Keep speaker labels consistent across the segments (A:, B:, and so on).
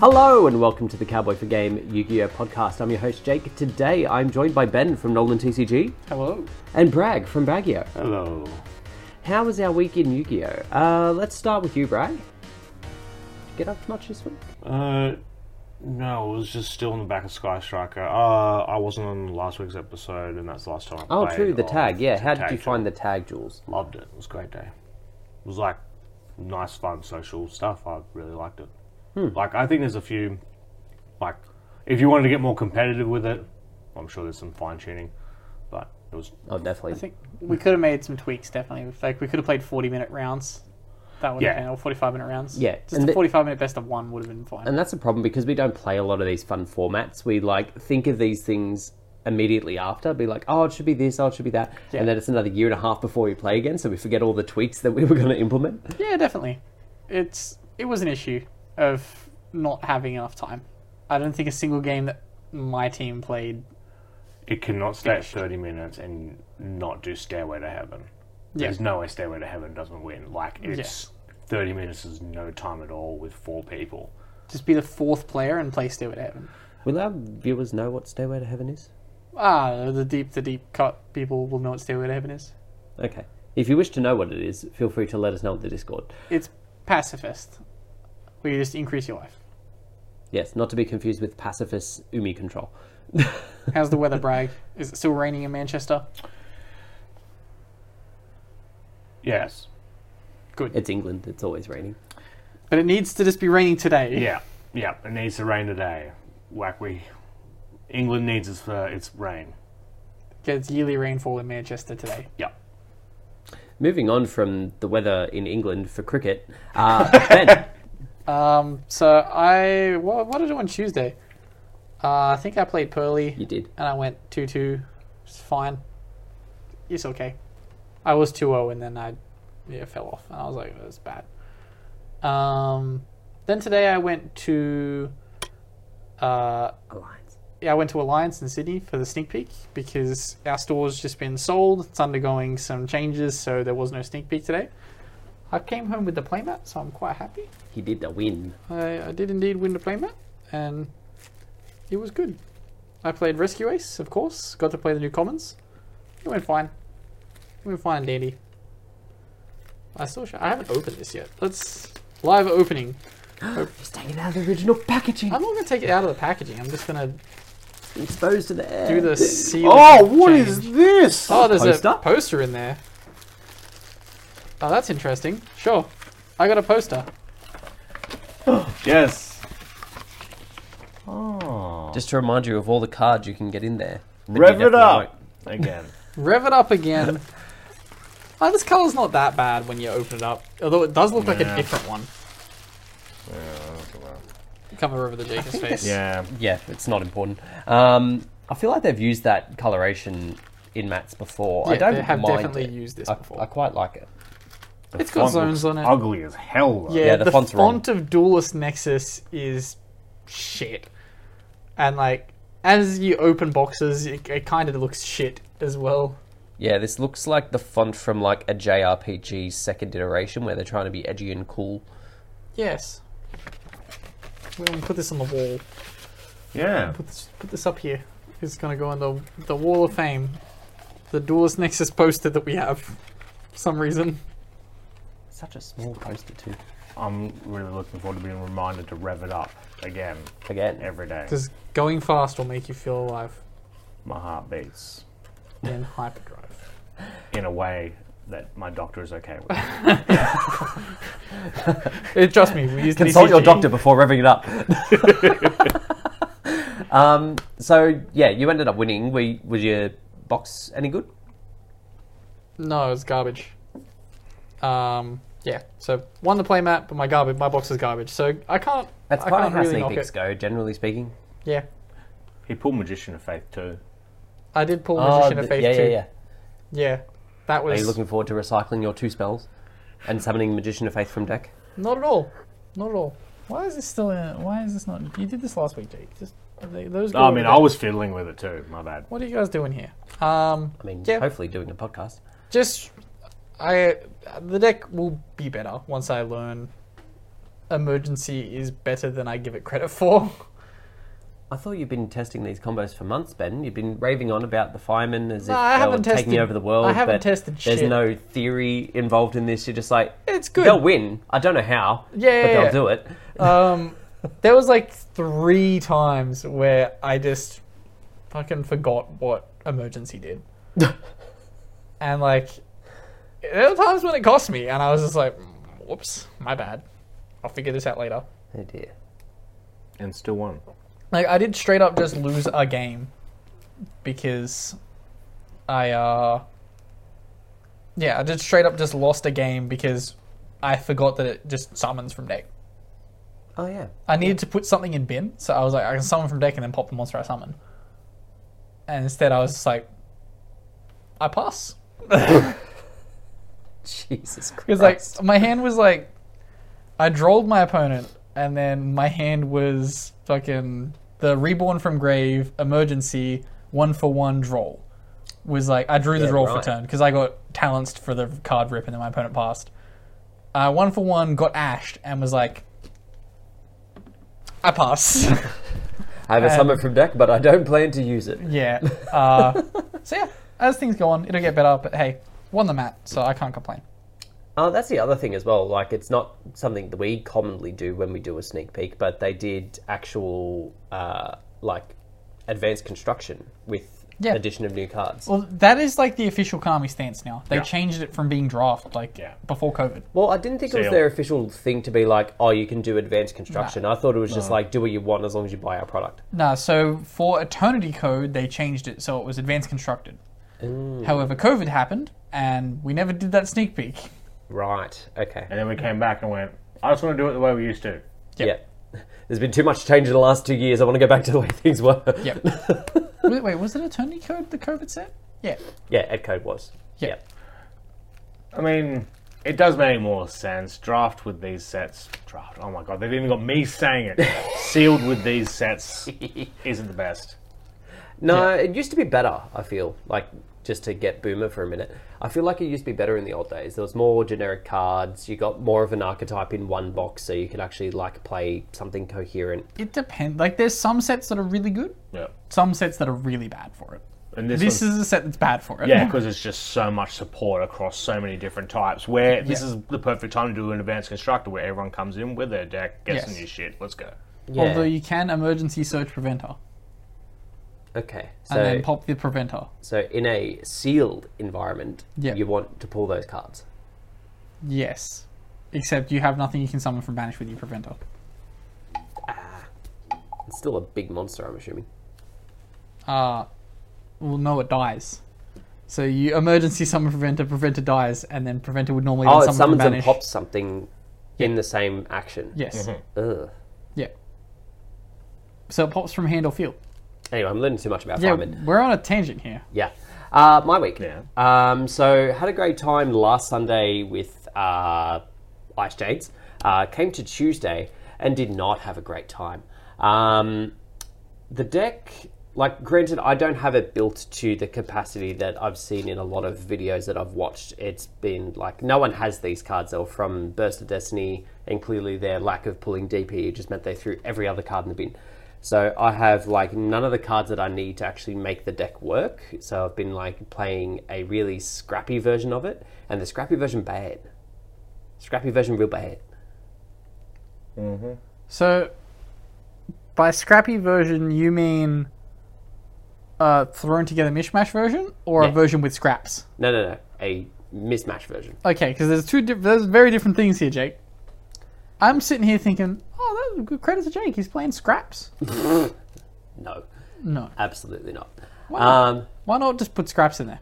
A: Hello and welcome to the Cowboy for Game Yu-Gi-Oh podcast. I'm your host Jake. Today I'm joined by Ben from Nolan TCG
B: Hello.
A: and Bragg from Braggio.
B: Hello.
A: How was our week in Yu-Gi-Oh? Uh, let's start with you, Bragg. Get up much this week?
B: Uh, no, it was just still in the back of Sky Striker. Uh, I wasn't on last week's episode, and that's the last time I
A: Oh,
B: played.
A: true. The
B: of
A: tag. Yeah.
B: the
A: How did you
B: tag
A: find the tag, Jules?
B: show. Loved it. It was a great day. It was like nice, fun, social stuff. I really liked it.
A: Hmm.
B: Like, I think there's a few, like, if you wanted to get more competitive with it, I'm sure there's some fine tuning, but it was
A: Oh, definitely.
C: I think we could have made some tweaks definitely. Like we could have played forty minute rounds. That would
B: Yeah.
C: have been or forty five minute rounds.
A: Yeah,
C: Just
A: and
C: a
A: the-
C: forty five minute best of one would have been fine.
A: And that's the problem because we don't play a lot of these fun formats. We like think of these things immediately after, be like, oh, it should be this, oh, it should be that,
C: Yeah.
A: and then it's another year and a half before we play again, so we forget all the tweaks that we were going to implement.
C: yeah, definitely. It's it was an issue of not having enough time. I don't think a single game that my team played
B: It cannot stay
C: Finished.
B: at 30 minutes and not do Stairway to Heaven.
C: Yeah.
B: There's no way Stairway to Heaven doesn't win. Like, it's 30 minutes is no time at all with four people.
C: just be the fourth player and play Stairway to Heaven.
A: Will our viewers know what Stairway to Heaven is?
C: Ah, the deep the deep cut people will know what Stairway to Heaven is.
A: Okay. If you wish to know what it is, feel free to let us know at the Discord.
C: It's pacifist. Where you just increase your life.
A: Yes, not to be confused with pacifist Umi control.
C: How's the weather, Bragg? Is it still raining in Manchester?
B: Yes.
A: It's England, it's always raining.
C: But it needs to just be raining today.
B: Yeah. Yeah. It needs to rain today. Like, we. England needs its, uh, its rain.
C: gets yearly rainfall in Manchester today.
B: Yeah.
A: Moving on from the weather in England for cricket, uh, Ben,
C: Um, so I what, what did I do on Tuesday? Uh, I think I played Pearly
A: you did.
C: and I went two two. It's fine. It's okay. I was 2-0 and then I yeah fell off and I was like "Oh, that's bad. Um, then today I went to uh,
A: Alliance.
C: yeah, I went to Alliance in Sydney for the sneak peek because our store's just been sold. It's undergoing some changes, so there was no sneak peek today. I came home with the playmat, so I'm quite happy.
A: He did the win.
C: I, I did indeed win the playmat, and it was good. I played Rescue Ace, of course. Got to play the new commons. It went fine. It went fine, and dandy. I still sh- I haven't opened this yet. Let's live opening.
A: Just take it out of the original packaging.
C: I'm not gonna take it out of the packaging. I'm just gonna
A: exposed to the air.
C: do the seal.
B: Oh, what is
C: change.
B: this?
C: Oh, there's
A: Poster?
C: a poster in there. Oh, that's interesting. Sure. I got a poster.
B: Yes.
A: Just to remind you of all the cards you can get in there.
B: Oh. Rev it up. Again.
C: Rev it up again. oh, this color's not that bad when you open it up. Although it does look like
B: Yeah.
C: a different one. Cover over the Jacob's face.
B: Yeah.
A: Yeah, it's not important. Um, I feel like they've used that coloration in mats before. I
C: Yeah,
A: don't
C: they have
A: mind
C: definitely
A: it.
C: used this
A: I,
C: before.
A: I quite like it.
C: It's got zones on it.
B: Ugly as hell, though.
C: Yeah,
A: Yeah, the
C: the,
A: font's wrong.
C: font of Duelist Nexus is shit. And like, as you open boxes, it, it kind of looks shit as well.
A: Yeah, this looks like the font from like a JRPG second iteration where they're trying to be edgy and cool.
C: Yes. We're gonna put this on the wall.
B: Yeah.
C: Put this, put this up here. It's gonna go on the the wall of fame, the Duelist Nexus poster that we have. For some reason,
A: Such a small poster too.
B: I'm really looking forward to being reminded to rev it up again
A: Again,
B: every day.
C: because going fast will make you feel alive
B: My heart beats
C: in hyperdrive.
B: in a way that my doctor is okay with.
C: It, Eh, trust me, we used
A: consult your
C: DCG.
A: doctor before revving it up. um, so yeah, you ended up winning. We was your box any good?
C: No, it's garbage. Um, yeah. So won the playmat, but my garbage, my box is garbage. So I can't.
A: That's
C: I
A: kind of
C: can't
A: how
C: really
A: sneak
C: knock
A: peeks
C: it.
A: go, generally speaking.
C: Yeah,
B: he pulled Magician of Faith too.
C: I did pull Magician
A: Oh, th-
C: of Faith
A: yeah,
C: too.
A: yeah, yeah.
C: Yeah, that
A: Are
C: was
A: you looking forward to recycling your two spells and summoning Magician of Faith from deck?
C: Not at all. Not at all. Why is this still in? Why is this not? You did this last week, Jake. Just they, those. go
B: I
C: over
B: mean,
C: there.
B: I was fiddling with it too. My bad.
C: What are you guys doing here? Um,
A: I mean,
C: Yeah.
A: hopefully doing a podcast.
C: just I the deck will be better once I learn emergency is better than I give it credit for.
A: I thought you've been testing these combos for months, Ben. You've been raving on about the firemen as
C: No,
A: if
C: I
A: they were
C: haven't
A: taking
C: tested-
A: over the world.
C: I haven't
A: but
C: tested
A: There's
C: shit.
A: no theory involved in this. You're just like,
C: It's good.
A: They'll win. I don't know how.
C: Yeah,
A: but
C: yeah,
A: they'll
C: yeah.
A: do it.
C: um, there was like three times where I just fucking forgot what emergency did, and like there were times when it cost me, and I was just like, "Mm, "Whoops, my bad. I'll figure this out later."
A: Oh dear.
D: and still won.
C: Like I did straight up just lose a game because I uh yeah, I did straight up just lost a game because I forgot that it just summons from deck.
A: Oh yeah.
C: I needed to put something in bin, so I was like, I can summon from deck and then pop the monster I summon. And instead, I was just like, I pass.
A: Jesus
C: Because
A: Christ.
C: like my hand was like, I drolled my opponent, and then my hand was fucking the reborn from grave emergency one for one droll. Was like I drew the
A: Yeah,
C: droll
A: right.
C: for turn because I got talenced for the card rip, and then my opponent passed. Uh, one for one got ashed and was like, I pass.
A: I have a
C: um,
A: summon from deck, but I don't plan to use it.
C: Yeah. Uh, so yeah, as things go on, it'll get better. But hey, won the mat, so I can't complain.
A: Oh, that's the other thing as well. Like, it's not something that we commonly do when we do a sneak peek, but they did actual, uh, like, advanced construction with
C: Yeah.
A: addition of new cards.
C: Well, that is like the official Konami stance now. They
D: Yeah.
C: changed it from being draft like
D: Yeah.
C: before COVID.
A: Well, I didn't think it was
D: Seal.
A: their official thing to be like, oh, you can do advanced construction. I thought it was just like, do what you want as long as you buy our product.
C: Nah, so for Eternity Code, they changed it so it was advanced constructed.
D: Mm.
C: However, COVID happened, and we never did that sneak peek.
A: Right. Okay.
D: And then we came back and went, I just want to do it the way we used to.
C: Yep.
A: Yeah. There's been too much change in the last two years. I want to go back to the way things were.
C: Yep. wait, wait, was it Eternity Code the COVID set? Yeah.
A: Yeah, Ed Code was.
C: Yeah.
D: I mean, it does make more sense. Draft with these sets. Draft. Oh my god, they've even got me saying it. Sealed with these sets isn't the best.
A: No, it used to be better, I feel. Like, just to get Boomer for a minute. I feel like it used to be better in the old days. There was more generic cards. You got more of an archetype in one box, so you could actually, like, play something coherent.
C: It depends. Like, there's some sets that are really good,
D: Yeah.
C: some sets that are really bad for it.
D: And this,
C: This
D: is
C: is a set that's bad for it.
D: yeah, because it's just so much support across so many different types. Where this is the perfect time to do an advanced constructor, where everyone comes in with their deck, gets
C: Yes.
D: some new shit. Let's go.
A: Yeah.
C: Although you can emergency search preventer
A: okay. So,
C: and then pop the preventer.
A: so in a sealed environment,
C: Yeah.
A: you want to pull those cards.
C: Yes. Except you have nothing you can summon from banish with your preventer.
A: It's still a big monster, I'm assuming.
C: Uh well no it dies. So you emergency summon preventer, preventer dies, and then preventer would normally
A: Oh,
C: then
A: it
C: summon from
A: summons and
C: banish.
A: pops something in the same action.
C: Yes.
A: Ugh.
C: Yeah. So it pops from hand or field.
A: Anyway, I'm learning too much about
C: Yeah,
A: firemen.
C: we're on a tangent here.
A: Yeah. Uh, my week.
D: Yeah.
A: Um, so had a great time last Sunday with uh, Ice Jades. Uh, came to Tuesday and did not have a great time. Um, the deck, like, granted, I don't have it built to the capacity that I've seen in a lot of videos that I've watched. It's been like no one has these cards. They were from Burst of Destiny, and clearly their lack of pulling DP just meant they threw every other card in the bin. So I have like none of the cards that I need to actually make the deck work. So I've been like playing a really scrappy version of it, and the scrappy version bad. Scrappy version real bad.
C: So by scrappy version you mean uh thrown together mishmash version or
A: Yeah.
C: a version with scraps?
A: No, no, no, a mismatch version.
C: Okay, because there's two diff- there's very different things here, Jake. I'm sitting here thinking, oh, that was good credit to Jake. He's playing scraps.
A: No,
C: No,
A: absolutely not.
C: not?
A: Um,
C: why not just put scraps in there?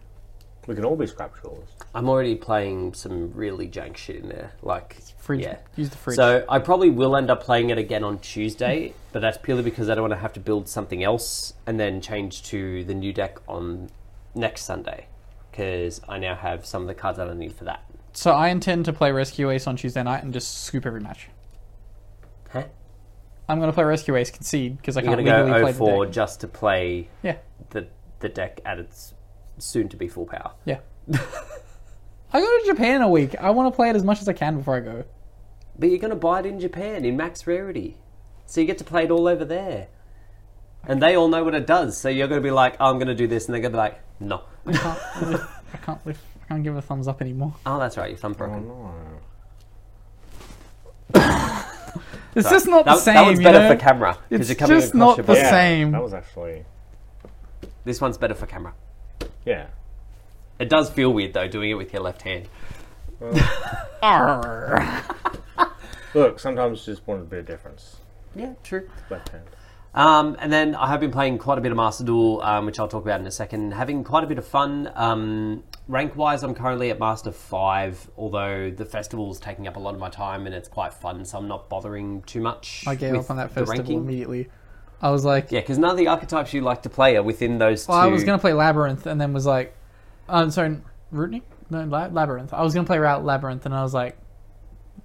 D: We can all be scrap trawlers.
A: I'm already playing some really jank shit in there. Like,
C: Fridge.
A: yeah.
C: Use the fridge.
A: So I probably will end up playing it again on Tuesday, but that's purely because I don't want to have to build something else and then change to the new deck on next Sunday because I now have some of the cards that I need for that.
C: so I intend to play Rescue Ace on Tuesday night and just scoop every match.
A: Huh?
C: I'm going to play Rescue Ace concede because I
A: You're
C: can't
A: going to go
C: legally play
A: 04
C: the deck.
A: just to play
C: Yeah,
A: the, the deck at its soon to be full power.
C: yeah. I go to Japan in a week. I want to play it as much as I can before I go.
A: But you're going to buy it in Japan in max rarity. So you get to play it all over there. And they all know what it does. So you're going to be like, oh, I'm going to do this. And they're going to be like, no.
C: I can't lift, I can't lift, I can't give it a thumbs up anymore.
A: Oh, that's right. Your thumb broken.
C: It's just not
A: that,
C: the same.
A: that one's
C: you
A: better
C: know?
A: for camera. 'cause
C: It's
A: you're coming
C: just
A: across
C: not
A: your
C: the
A: body.
C: Yeah, same.
E: That was actually
A: This one's better for camera.
E: yeah.
A: It does feel weird, though, doing it with your left hand.
C: Arrgh.
E: Look, sometimes you just want a bit of difference.
A: Yeah, true.
E: Left hand.
A: Um, and then I have been playing quite a bit of Master Duel, um, which I'll talk about in a second. Having quite a bit of fun. Um, rank wise, I'm currently at Master 5, although the festival's taking up a lot of my time and it's quite fun, so I'm not bothering too much.
C: I gave
A: with
C: up on that
A: the
C: festival
A: ranking.
C: immediately. I was like,
A: Yeah, because none of the archetypes you like to play are within those
C: well,
A: two.
C: I was gonna play Labyrinth, and then was like, uh, I'm sorry, Rootney? No, La- Labyrinth. I was gonna play Route Labyrinth, and I was like,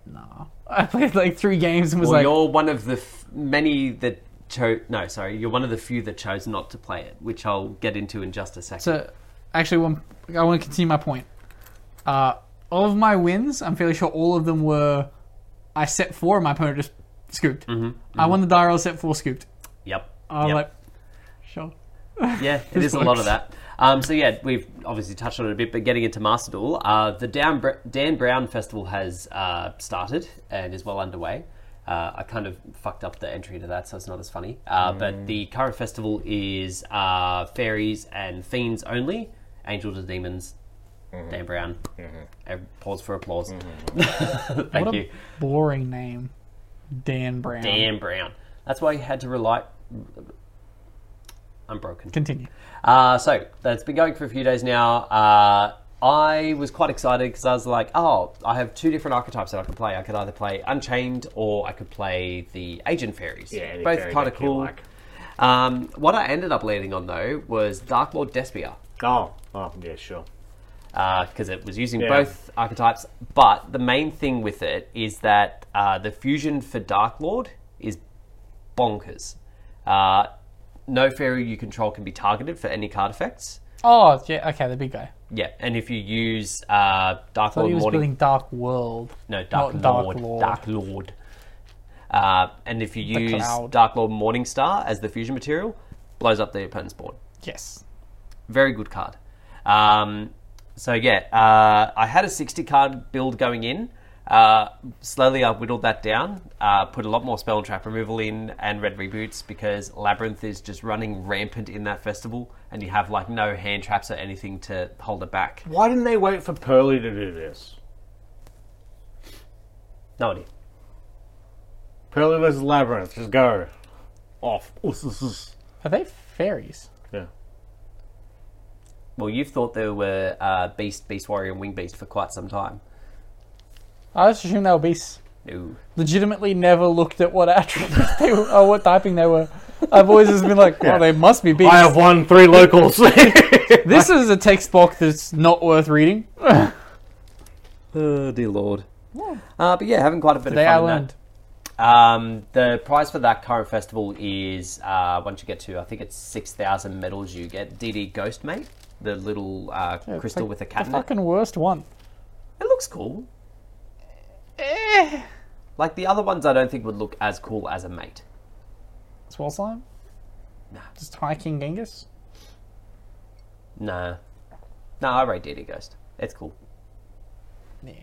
C: nah. I played like three games and was
A: Well,
C: like,
A: you're one of the f- many that chose. No, sorry, you're one of the few that chose not to play it, which I'll get into in just a second.
C: So, actually, one, I want to continue my point. Uh, all of my wins, I'm fairly sure all of them were I set four, and my opponent just scooped. I won the Dial set four, scooped.
A: yep.
C: I was
A: Mm-hmm, yep.
C: like, sure.
A: Yeah, it
C: This
A: is a lot
C: works.
A: of that. Um, so yeah, we've obviously touched on it a bit, but getting into Master Duel, uh, the Dan, Br- Dan Brown Festival has uh, started and is well underway. Uh, I kind of fucked up the entry to that, so it's not as funny. Uh,
C: Mm.
A: But the current festival is uh, fairies and fiends only, angels and demons.
C: Mm-hmm.
A: Dan Brown. Ev- Pause for applause. Thank
C: Mm-hmm. what
A: you.
C: a boring name, Dan Brown.
A: Dan Brown. That's why he had to rely. I'm broken.
C: Continue.
A: Uh, so that's been going for a few days now. Uh, I was quite excited because I was like, oh, I have two different archetypes that I could play. I could either play Unchained or I could play the Agent Fairies.
E: Yeah, any
A: both
E: fairy
A: kind of
E: deck you
A: cool.
E: like.
A: Um, what I ended up landing on though was Dark Lord Despia
E: Oh, oh yeah, sure.
A: because it was using
E: Yeah.
A: both archetypes. But the main thing with it is that uh, the fusion for Dark Lord is bonkers. Uh, no fairy you control can be targeted for any card effects.
C: Oh, yeah, okay, the big guy.
A: Yeah, and if you use uh, Dark
C: Thought
A: Lord
C: he was
A: Morning,
C: building Dark World.
A: no Dark
C: not Dark
A: Lord,
C: Lord.
A: Dark Lord, uh, and if you use
C: Cloud.
A: Dark Lord Morningstar as the fusion material, blows up the opponent's board.
C: Yes.
A: Very good card. Um, so yeah, uh, I had a sixty card build going in. Uh, slowly, I whittled that down, uh, put a lot more spell and trap removal in, and red reboots because Labyrinth is just running rampant in that festival, and you have like no hand traps or anything to hold it back.
E: Why didn't they wait for Pearly to do this?
A: No idea.
E: Pearly versus Labyrinth, just go. Off. Us, us, us.
C: Are they fairies?
E: Yeah.
A: Well, you've thought there were uh, Beast, Beast Warrior, and Wing Beast for quite some time.
C: I just assumed they were beasts.
A: No.
C: legitimately never looked at what attributes they were, or what typing they were. I've always just been like, well, they must be beasts.
E: I have won three locals. yeah,
C: This is a text box that's not worth reading.
A: Oh, dear lord. Uh, but yeah, having quite a bit
C: Today
A: of fun.
C: I
A: in that.
C: learned.
A: Um, the prize for that current festival is uh, once you get to, I think it's 6,000 medals you get. DD Ghostmate, the little uh, crystal
C: like
A: with a cat
C: The
A: in it.
C: fucking worst one.
A: It looks cool.
C: Eh.
A: Like the other ones, I don't think would look as cool as a mate.
C: Swell slime?
A: Nah.
C: Just High King Genghis?
A: Nah. Nah, I rate DD Ghost. It's cool.
C: Yeah.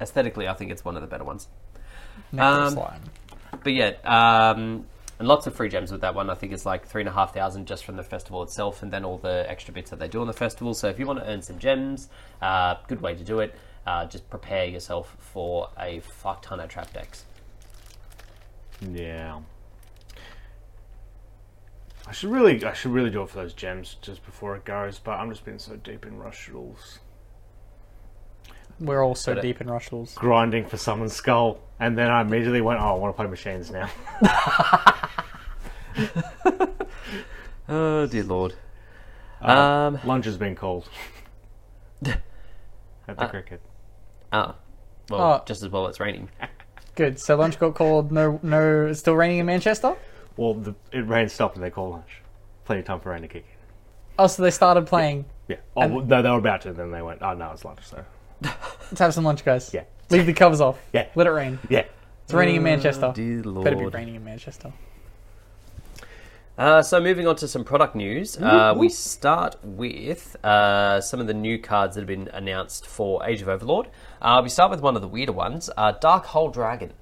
A: Aesthetically, I think it's one of the better ones.
C: Necro
A: Um,
C: slime.
A: But yeah, um, and lots of free gems with that one. I think it's like three and a half thousand just from the festival itself, and then all the extra bits that they do on the festival. So if you want to earn some gems, uh, good way to do it. Uh, just prepare yourself for a fuck ton of trap decks.
E: I should really, I should really do it for those gems just before it goes. But I'm just being so deep in rush rules,
C: We're all so
A: but it-
C: deep in rush rules.
E: grinding for summon skull, and then I immediately went, "Oh, I want to play machines now."
A: Oh dear lord. um.
E: Lunch has been called at the cricket.
A: Ah. Well,
C: Oh.
A: just as well it's raining.
C: Good. So lunch got called. No, no. It's still raining in Manchester.
E: Well, the, it rain stopped and they called lunch. Plenty of time for rain to kick in.
C: Oh, so they started playing.
E: Yeah. Oh well, no, they were about to, and then they went, "Oh no, it's lunch." So
C: Let's have some lunch, guys.
E: yeah,
C: Leave the covers off.
E: Yeah.
C: Let it rain.
E: Yeah.
C: It's raining in Manchester.
A: Dear Lord.
C: Better be raining in Manchester.
A: Uh, so moving on to some product news, uh, we start with uh, some of the new cards that have been announced for Age of Overlord. Uh, we start with one of the weirder ones, uh, Dark Hole Dragon.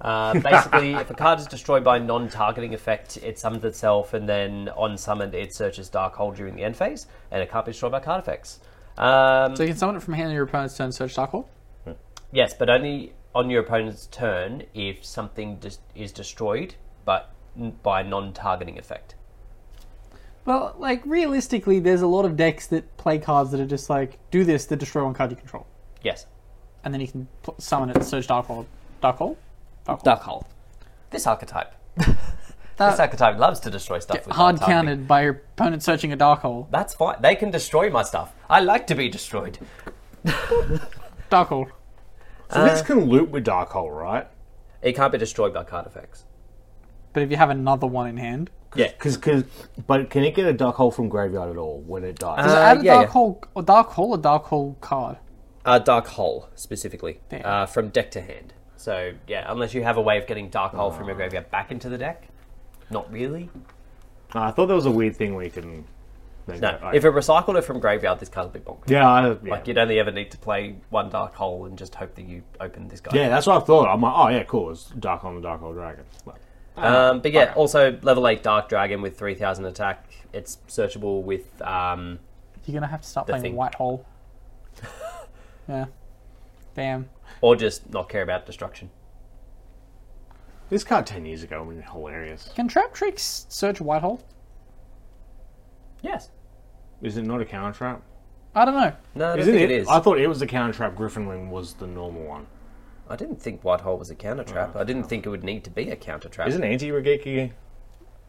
A: Uh, basically, if a card is destroyed by non-targeting effect, it summons itself, and then on summoned, it searches Dark Hole during the end phase, and it can't be destroyed by card effects. Um,
C: So you can summon it from hand of your opponent's turn, search Dark Hole.
A: yes, but only on your opponent's turn if something dis- is destroyed, but n- by non-targeting effect.
C: Well, like realistically, there's a lot of decks that play cards that are just like do this, then destroy one card you control,
A: Yes.
C: and then you can pl- summon it, and search Dark Hole, Dark Hole.
A: Dark hole. This archetype.
C: That- Uh,
A: this archetype loves to destroy stuff. with
C: hard
A: non-targeting.
C: counted by your opponent searching a Dark Hole.
A: That's fine. They can destroy my stuff. I like to be destroyed.
C: Dark Hole.
E: So this can loop with Dark Hole, right?
A: It can't be destroyed by card effects.
C: But if you have another one in hand,
A: Yeah.
E: Cause, 'cause- but can it get a Dark Hole from graveyard at all when it dies?
C: does it
A: Uh,
C: add a
A: yeah,
C: Dark
A: yeah.
C: Hole, or Dark Hole, or Dark Hole card?
A: Uh, dark hole specifically
C: Damn.
A: uh, from deck to hand. So yeah, unless you have a way of getting dark hole from your graveyard back into the deck, not really.
E: Uh, I thought that was a weird thing where you can.
A: No.
E: I-
A: If it recycled it from graveyard, this card'll be bonked.
E: "Oh, yeah, I, yeah.
A: Like you'd only ever need to play one dark hole and just hope that you open this guy.
E: yeah, that's what I thought. I'm like, oh yeah, cool. It's Dark Hole and Dark Hole Dragon. Well,
A: Um, but yeah, also level eight dark dragon with three thousand attack. It's searchable with um,
C: You're gonna have to start playing
A: thing.
C: White Hole. yeah. Damn.
A: or just not care about destruction.
E: this card ten years ago would have been hilarious.
C: Can Trap Tricks search White Hole?
A: Yes.
E: Is it not a counter trap?
C: I don't know.
A: No, I don't
E: Isn't
A: think it is.
E: I thought it was the counter trap. Griffinland was the normal one.
A: I didn't think Whitehall was a counter trap. I didn't think it would need to be a counter trap.
E: Isn't anti Regeki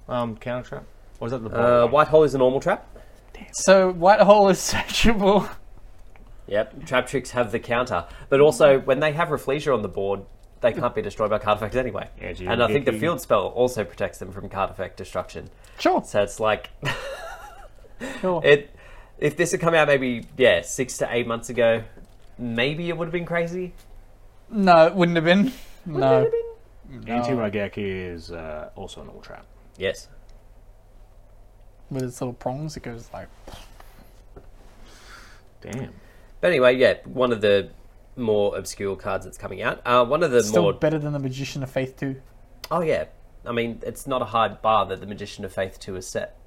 E: um, counter trap? Or is that the
A: Uh,
E: bottom one?
A: Whitehall is a normal trap.
C: So White Hole is searchable.
A: Yep. Trap tricks have the counter, but also when they have Refleisure on the board, they can't be destroyed by card effects anyway.
E: Yeah, do you
A: and I think the
E: get-
A: field spell also protects them from card effect destruction.
C: Sure.
A: So it's like
C: Sure.
A: it. If this had come out maybe yeah six to eight months ago, maybe it would have been crazy.
C: no, it wouldn't have been. No.
E: Anti Regeki is uh, also an all trap.
A: Yes.
C: With its little prongs, it goes like.
E: Damn.
A: But anyway, yeah, one of the more obscure cards that's coming out. Uh, one of the
C: Still
A: more
C: better than the Magician of Faith 2.
A: oh yeah, I mean it's not a hard bar that the Magician of Faith two is set.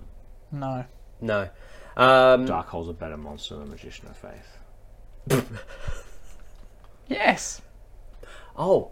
C: No.
A: No. Um,
E: Dark Hole's a better monster than Magician of Faith.
C: Yes.
A: oh,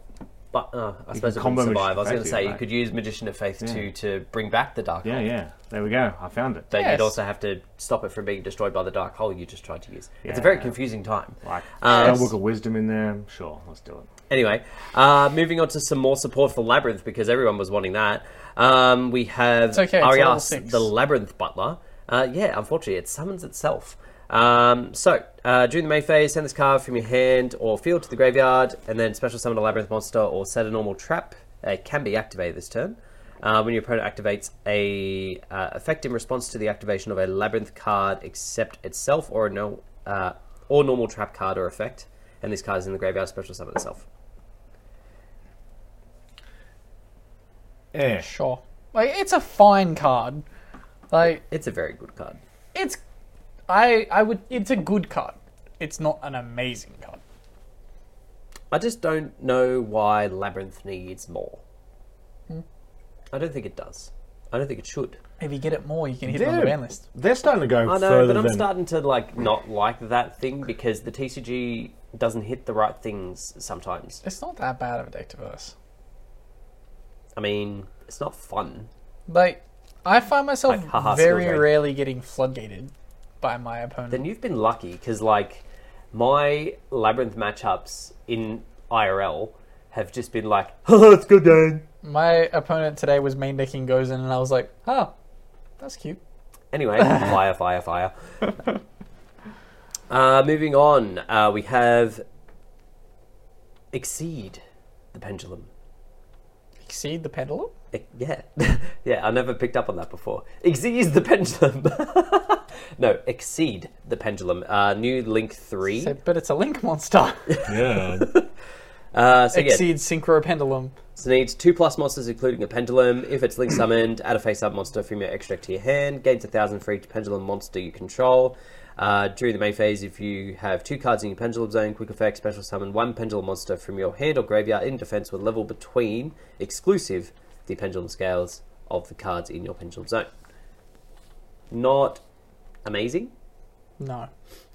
A: but uh, I suppose it
E: combo
A: wouldn't survive.
E: Magician
A: I was
E: of
A: going to
E: Faith,
A: say you
E: right?
A: could use Magician of Faith two to bring back the Dark
E: Yeah,
A: Hole.
E: yeah. There we go. I found it.
A: But
C: Yes.
A: you'd also have to stop it from being destroyed by the Dark Hole you just tried to use. It's a very
E: Yeah.
A: confusing time.
E: Like,
A: Uh,
E: Book of Wisdom in there. Sure, let's do it.
A: Anyway, uh, moving on to some more support for Labyrinth because everyone was wanting that. Um, we have
C: It's okay, it's
A: Arias,
C: level six.
A: the Labyrinth Butler. Uh, yeah, unfortunately, it summons itself. Um, so, uh, during the main phase, send this card from your hand or field to the graveyard, and then special summon a Labyrinth monster or set a normal trap. Uh, It can be activated this turn. Uh, when your opponent activates a uh, effect in response to the activation of a labyrinth card, except itself or a no uh, or normal trap card or effect, and this card is in the graveyard, special summon itself.
E: Yeah.
C: Sure. Like, it's a fine card. Like,
A: It's a very good card.
C: it's. I, I would. It's a good card. It's not an amazing card.
A: I just don't know why Labyrinth needs more.
E: Hmm.
A: I don't think it does. I don't think it should.
C: If you get it more, you can hit it on the
E: They're,
C: ban list.
E: they're starting to go
A: I know,
E: further
A: but I'm
E: than
A: starting to like not like that thing because the TCG doesn't hit the right things sometimes.
C: It's not that bad of a deck to verse.
A: I mean, it's not fun.
C: Like, I find myself
A: Like, haha,
C: very
A: skill drain.
C: rarely getting floodgated by my opponent.
A: Then you've been lucky because like my Labyrinth matchups in IRL have just been like, oh, it's good game.
C: my opponent today was main decking Gozen, and I was like, oh, that's cute.
A: Anyway, fire, fire, fire. uh, moving on, uh, we have exceed the pendulum.
C: Exceed the pendulum?
A: E- yeah, yeah. I never picked up on that before. Exceed the pendulum. no, exceed the pendulum. Uh, new Link three.
C: So- but it's a link monster.
B: Yeah.
A: Uh, so yeah,
C: Exceeds synchro pendulum.
A: So it needs two plus monsters, including a pendulum. If it's link summoned, add a face-up monster from your extract to your hand. Gains a thousand for each pendulum monster you control. Uh, during the main phase, if you have two cards in your pendulum zone, quick effect special summon one pendulum monster from your hand or graveyard in defense with level between exclusive the pendulum scales of the cards in your pendulum zone. Not amazing.
C: No.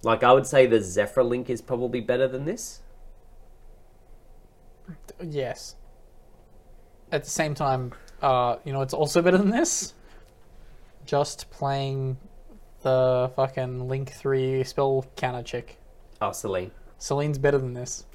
A: Like I would say, the Zephyr Link is probably better than this.
C: Yes. At the same time, uh, you know, it's also better than this. Just playing the fucking Link 3 spell counter chick.
A: Oh, Celine.
C: Celine's better than this.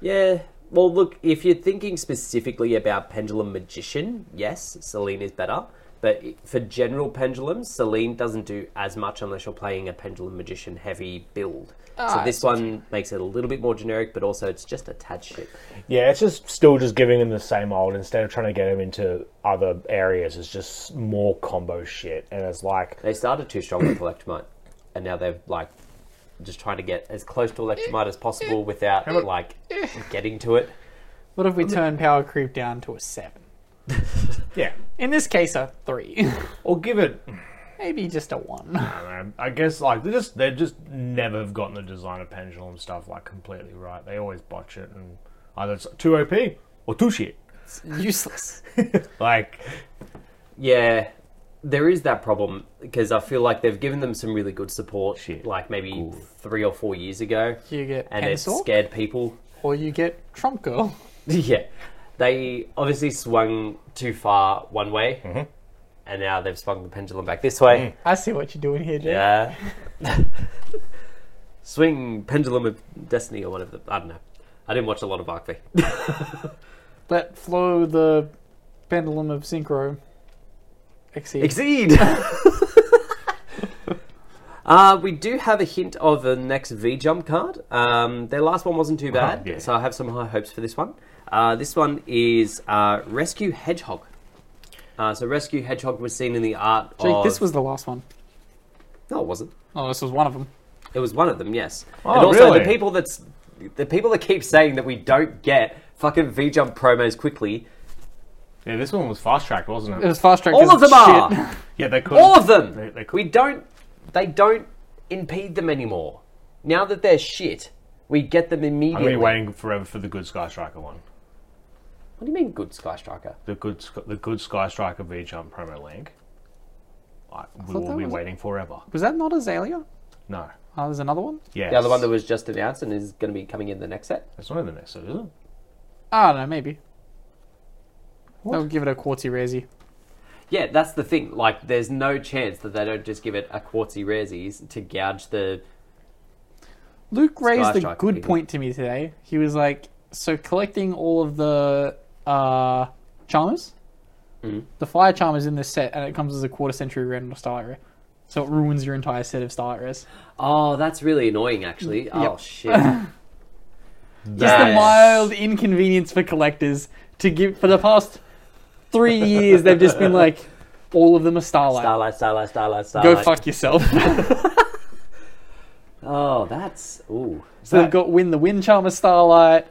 A: Yeah. Well, look, if you're thinking specifically about Pendulum Magician, yes, Celine is better. But i- for general pendulums, Celine doesn't do as much unless you're playing a Pendulum Magician heavy build. so
C: Ah,
A: this one makes it a little bit more generic, but also it's just a tad shit.
B: Yeah, it's just still just giving him the same old instead of trying to get him into other areas. It's just more combo shit, and it's like
A: They started too strong with Electromite, and now they're like just trying to get as close to Electromite as possible without like getting to it.
C: What if we turn power creep down to a 7?
E: Yeah.
C: In this case, a 3.
E: Or give it.
C: Maybe just a 1.
E: I, don't know, I guess like they just they just never have gotten the design of pendulum stuff like completely right. They always botch it and either it's too OP or too shit.
C: It's useless.
E: Like
A: Yeah, there is that problem because I feel like they've given them some really good support, like maybe three or four years ago,
C: You get
A: and it
C: Pencil,
A: scared people.
C: or you get Trump Girl.
A: yeah, they obviously swung too far one way, and now they've swung the pendulum back this way.
C: I see what you're doing here, Jake.
A: Yeah, swing pendulum of destiny or whatever. The, I don't know. I didn't watch a lot of Arc V.
C: Let flow the pendulum of synchro. Exceed.
A: Exceed. uh, we do have a hint of a next V jump card. Um, their last one wasn't too bad,
B: yeah.
A: so I have some high hopes for this one. Uh, this one is uh, Rescue Hedgehog. Uh, so Rescue Hedgehog was seen in the art
C: Jake,
A: of.
C: this was the last one.
A: no, it wasn't.
C: Oh, this was one of them.
A: It was one of them, yes.
E: Oh,
A: and also the
E: really?
A: people that's the people that keep saying that we don't get fucking V jump promos quickly.
E: yeah, this one was fast tracked, wasn't
C: It
E: it?
C: was fast track.
A: All
C: 'cause
A: of them
C: it's shit.
A: are.
E: Yeah, they could.
A: All of them.
E: They- they could-
A: we don't. They don't impede them anymore. Now that they're shit, we get them
E: I'm gonna
A: immediately.
E: be waiting forever for the good Sky Striker one.
A: What do you mean, good Sky Striker?
E: The good Sk- the good Sky Striker V Jump promo link. I, we
C: thought
E: will
C: that
E: be
C: was-
E: waiting forever.
C: Was that not Azalea?
E: No.
C: Oh, there's another one?
E: Yes.
A: The other one that was just announced and is going to be coming in the next set.
E: That's not in the next, set, is it?
C: Ah, no, maybe. That would give it a quartzy razy.
A: Yeah, that's the thing. Like, there's no chance that they don't just give it a quartzy raresies to gouge the.
C: Luke raised a
A: Striker
C: good
A: people.
C: point to me today. He was like, so collecting all of the uh, charmers,
A: Mm-hmm.
C: the fire charmers in this set, and it comes as a quarter century random starlight rare. So it ruins your entire set of starlight rares.
A: Oh, that's really annoying, actually. Oh
C: Yep.
A: shit.
C: Just the
A: Yes.
C: mild inconvenience for collectors to give for the past three years. They've just been like, all of them are starlight.
A: Starlight, starlight, starlight,
C: Go
A: starlight.
C: fuck yourself.
A: Oh, that's ooh.
C: So they've got win the wind charmer starlight,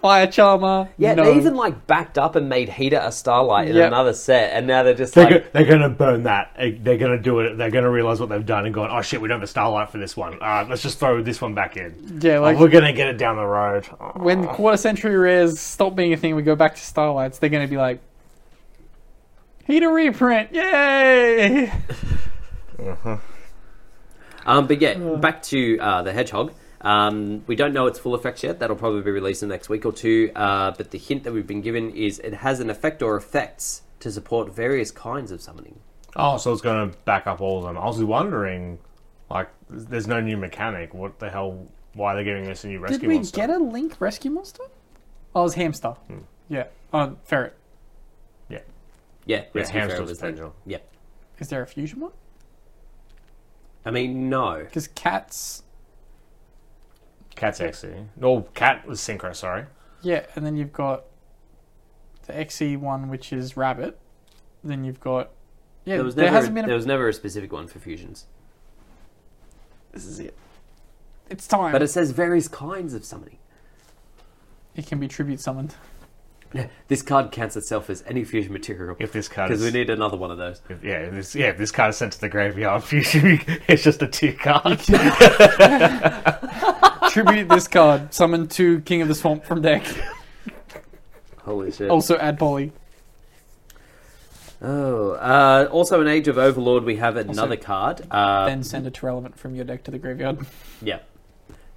C: fire charmer.
A: Yeah,
C: no.
A: they even like backed up and made Heater a starlight in
C: Yep.
A: another set, and now they're just
E: They're,
A: like,
E: go- they're gonna burn that. Eh, They're gonna do it. They're gonna realize what they've done and gone. Oh shit, we don't have a starlight for this one. All right, let's just throw this one back in.
C: yeah,
E: Like,
C: like
E: we're gonna get it down the road. Oh,
C: when quarter century rares stop being a thing, we go back to starlights. They're gonna be like, heat a reprint, yay!
A: Um, but yeah, back to uh, the hedgehog. Um, we don't know its full effects yet. That'll probably be released in the next week or two. Uh, but the hint that we've been given is it has an effect or effects to support various kinds of summoning.
E: oh, so it's gonna back up all of them. I was wondering, like, there's no new mechanic. What the hell? Why are they giving us a new rescue
C: Did we
E: monster?
C: get a Link rescue monster? Oh, it was hamster. Yeah. Oh, ferret.
E: Yeah,
A: Yeah, rescue
E: hamster's
A: ferret was there.
E: pendulum.
A: Yeah,
C: Is there a fusion one?
A: I mean no.
C: Because cats.
E: cat's XC. No, cat was synchro. Sorry.
C: Yeah, and then you've got the XE one, which is rabbit. Then you've got. Yeah,
A: There was
C: there
A: never
C: hasn't been a
A: there was never a specific one for fusions.
C: This is it. It's time.
A: But it says various kinds of summoning.
C: it can be tribute summoned.
A: This card counts itself as any fusion material.
E: If this card
A: Because
E: is,
A: we need another one of those.
E: if, yeah, if this, yeah, if this card is sent to the graveyard, fusion, it's just a two card.
C: tribute this card. Summon two King of the Swamp from deck.
A: Holy shit.
C: Also add Polly.
A: Oh, uh, also in Age of Overlord, we have another card. Uh,
C: Then send a Terrelevant from your deck to the graveyard.
A: Yeah,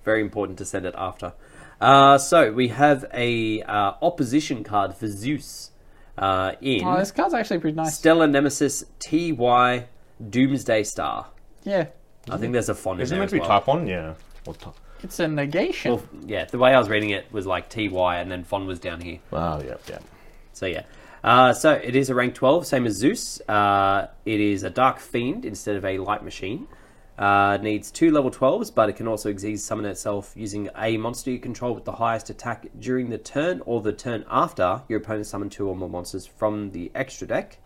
A: very important to send it after. Uh, so we have a uh, opposition card for Zeus uh, in
C: Oh, this card's actually pretty nice.
A: Stellar Nemesis TY Doomsday Star.
C: yeah.
A: I think there's a font in
E: Isn't it
A: there
E: meant
A: as
E: to be
A: well.
E: type one? Yeah. Or type...
C: It's a negation.
A: Well, yeah, the way I was reading it was like TY, and then font was down here.
E: Oh, yeah, yeah.
A: So yeah. Uh, so it is a rank 12, same as Zeus. Uh, it is a Dark Fiend instead of a Light Machine. Uh, it needs two level 12s, but it can also exceed summon itself using a monster you control with the highest attack during the turn or the turn after your opponent summoned two or more monsters from the extra deck.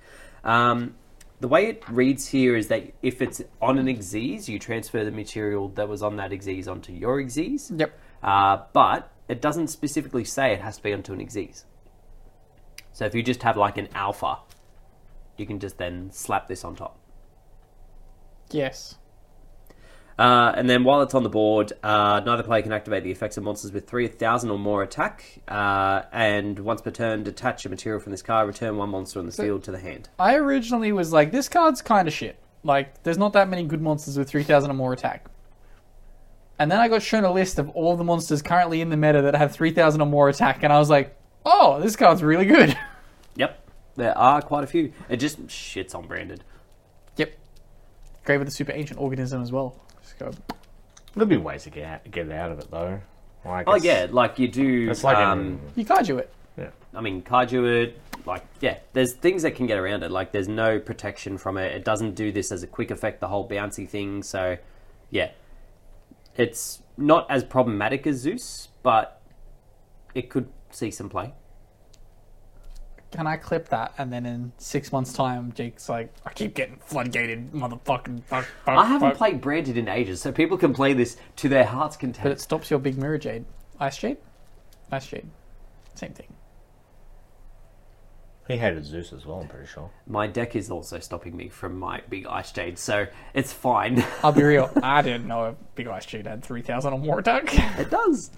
A: Um, the way it reads here is that if it's on an Xyz, you transfer the material that was on that Xyz onto your Xyz.
C: Yep.
A: Uh, but it doesn't specifically say it has to be onto an Xyz. So if you just have like an alpha, you can just then slap this on top.
C: Yes.
A: Uh, and then while it's on the board, uh, neither player can activate the effects of monsters with 3,000 or more attack. Uh, and once per turn, detach a material from this card, return one monster on the field to the hand.
C: I originally was like, this card's kind of shit. Like, there's not that many good monsters with 3,000 or more attack. And then I got shown a list of all the monsters currently in the meta that have 3,000 or more attack, and I was like, oh, this card's really good.
A: Yep, there are quite a few. It just shits on branded.
C: yep. Grave of the Super Ancient Organism as well. Just go,
E: There'll be ways to get out, get out of it though. Like
A: Oh
E: it's-
A: yeah, like you do.
E: it's like
A: um,
E: um,
C: you kaiju it.
A: I mean, Kaiju, it, like, yeah, there's things that can get around it. Like, there's no protection from it. It doesn't do this as a quick effect, the whole bouncy thing. So, yeah, it's not as problematic as Zeus, but it could see some play.
C: Can I clip that? And then in six months' time, Jake's like, I keep getting floodgated, motherfucking fuck, fuck,
A: I haven't
C: fuck."
A: played Branded in ages, so people can play this to their heart's
C: But it
A: content.
C: stops your big mirror jade. Ice jade? Ice jade. Same thing.
E: he hated Zeus as well. I'm pretty sure.
A: My deck is also stopping me from my big Ice Jade, so it's fine.
C: I'll be real. I didn't know a big ice jade had 3,000 or more attack.
A: it does.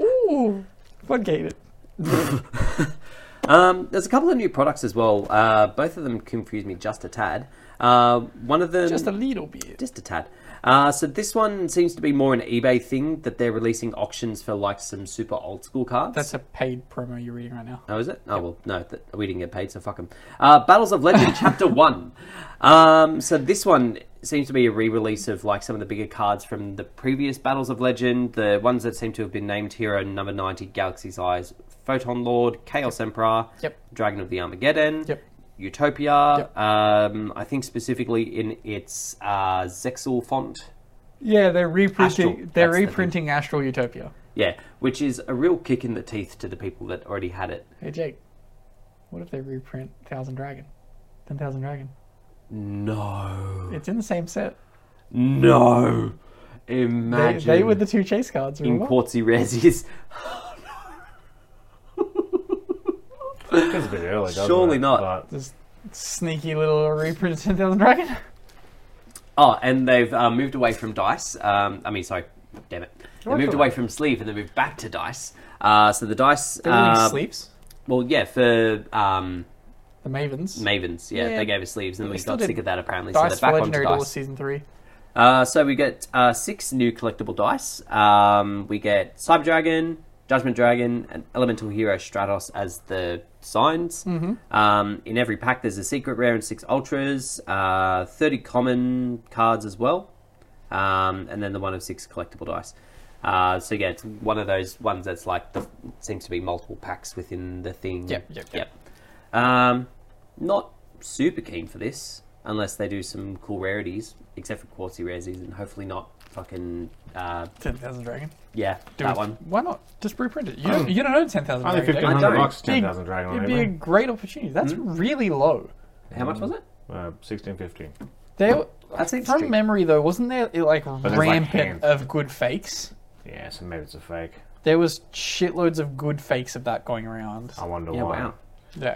C: Ooh. Floodgated.
A: Um, there's a couple of new products as well. Uh, both of them confuse me just a tad. Uh, one of them
C: Just a little bit.
A: just a tad. Uh, so this one seems to be more an eBay thing that they're releasing auctions for like some super old school cards.
C: That's a paid promo you're reading right now.
A: oh, is it? Oh well, no, th- we didn't get paid, so fuck them. Uh, Battles of Legend Chapter One. Um, so this one seems to be a re-release of like some of the bigger cards from the previous Battles of Legend. The ones that seem to have been named here are number ninety, Galaxy's Eyes, Photon Lord, Chaos Emperor,
C: Yep.
A: Dragon of the Armageddon,
C: Yep.
A: Utopia.
C: Yep.
A: Um, I think specifically in its uh, Zexal font.
C: Yeah, they're reprinting.
A: Astral.
C: They're
A: That's the
C: reprinting Astral Utopia.
A: Yeah, which is a real kick in the teeth to the people that already had it.
C: Hey Jake, what if they reprint Thousand Dragon? Ten Thousand Dragon.
A: No.
C: It's in the same set.
A: No.
C: They,
A: Imagine.
C: they were the two chase cards.
A: in
C: Remember?
A: Quartzy Rezzies.
E: It's a bit early. doesn't
A: Surely
E: it?
A: not.
E: But
C: This sneaky little reprint of Ten Thousand Dragon.
A: Oh, and they've uh, moved away from dice. Um, I mean, sorry, damn it. They
E: Right,
A: moved
E: right.
A: away from sleeve and they moved back to dice. Uh, so the dice.
C: They're doing
A: uh,
C: sleeps.
A: Well, yeah, for um,
C: The Mavens.
A: Mavens. Yeah,
C: Yeah.
A: they gave us sleeves and we
C: still
A: got
C: did
A: sick of that apparently.
C: Dice
A: so they're
C: for
A: back onto
C: Legendary Doors
A: dice.
C: season three.
A: Uh, so we get uh, six new collectible dice. Um, we get Cyber Dragon, Judgment Dragon, and Elemental Hero Stratos as the signs. Um, in every pack, there's a secret rare and six ultras, uh, 30 common cards as well, um, and then the one of six collectible dice. Uh, so yeah, it's one of those ones that's like the seems to be multiple packs within the thing.
C: Yep, yep, yep.
A: yep. Um, not super keen for this unless they do some cool rarities, except for Quartzy rarities, and hopefully not fucking uh,
C: Ten Thousand Dragon.
A: yeah
C: Do
A: that
C: it.
A: one. Mm.
C: Why not just reprint it? You don't, you don't own ten thousand.
D: Only
C: Dragon.
D: fifteen
A: I
D: hundred
A: don't. Mm.
D: bucks.
C: It'd be-
E: ten thousand dragon.
C: It'd be a
E: It'd
C: great opportunity. That's really low.
A: How much was it?
E: uh, sixteen fifty.
C: There,
A: Mm. That's
C: from
A: interesting.
C: memory though, wasn't there like
E: there's, like,
C: rampant
E: handfuls.
C: of good fakes?
E: Yeah, so maybe it's a fake.
C: There was shitloads of good fakes of that going around.
D: Oh.
E: I wonder
A: yeah,
E: why.
A: wow.
C: Yeah,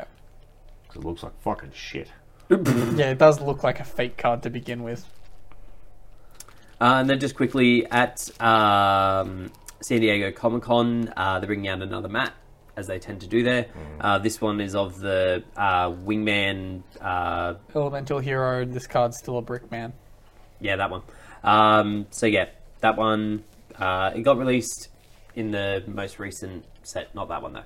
E: 'Cause It looks like fucking shit.
C: yeah, it does look like a fake card to begin with.
A: Uh, and then just quickly at um, San Diego Comic Con, uh, they're bringing out another mat, as they tend to do there. Uh, this one is of the uh, Wingman. Uh,
C: Elemental hero. This card's still a brick man.
A: yeah, that one. Um, so yeah, that one. Uh, it got released in the most recent set. Not that one though.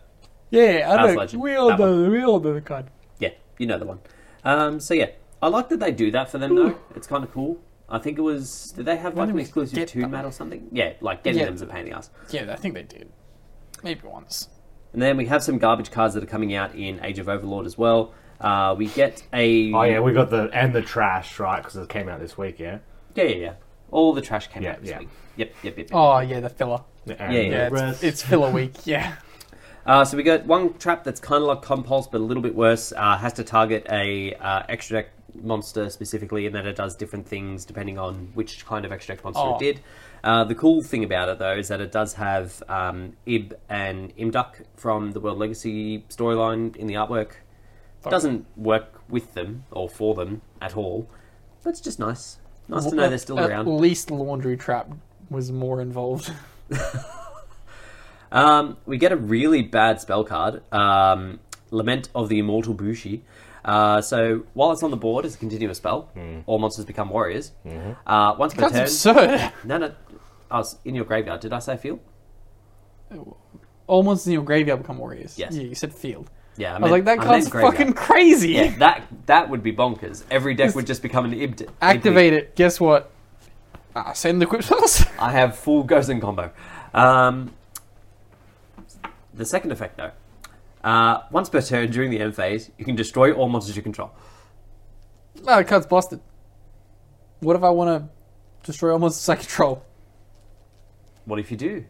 C: Yeah,
A: That's
C: I know.
A: legend.
C: We all
A: That
C: know. We all know the card.
A: Yeah, you know the one. Um, so yeah, I like that they do that for them though. It's kind of cool. I think it was. Did they have
C: When
A: like
C: did
A: an
C: we
A: exclusive
C: get
A: tune
C: that?
A: mat or something? Yeah, like getting
C: Yeah.
A: them's a pain in the ass.
C: Yeah, I think they did. Maybe once.
A: And then we have some garbage cards that are coming out in Age of Overlord as well. Uh, we get a
E: Oh yeah, we got the and the trash right because it came out this week. Yeah.
A: yeah, yeah, yeah. All the trash came
E: Yeah,
A: out this
E: yeah.
A: week. Yep, yep, yep. yep.
C: Oh yeah, the filler.
E: And
A: Yeah,
E: the
A: yeah.
C: Yeah, it's,
E: rest.
C: it's filler week. Yeah.
A: Uh, so we got one trap that's kind of like compulse, but a little bit worse. Uh, has to target a uh, extra deck monster specifically, and then it does different things depending on which kind of extra deck monster
C: Oh.
A: it did. Uh, the cool thing about it though is that it does have um, Ib and Imduck from the World Legacy storyline in the artwork. Doesn't work with them or for them at all, but it's just nice. Nice to know they're still
C: At-
A: around.
C: At least laundry trap was more involved.
A: Um, we get a really bad spell card, um, Lament of the Immortal Bushi. Uh, so while it's on the board, it's a continuous spell. All monsters become warriors. Uh, once per
C: That's
A: turn,
C: absurd.
A: no, no, I was in your graveyard. Did I say field?
C: All monsters in your graveyard become warriors.
A: Yes.
C: Yeah, you said field.
A: Yeah, I,
C: I was like,
A: meant-
C: that
A: I
C: card's
A: meant graveyard.
C: fucking crazy.
A: Yeah, that that would be bonkers. Every deck would just become an ibd.
C: Activate it. Guess what? Ah, send the Ah, equip spells.
A: I have full Gozen combo. Um, the second effect, though. Uh, once per turn during the end phase, you can destroy all monsters you control.
C: no, the card's busted. What if I want to destroy all monsters I control?
A: What if you do?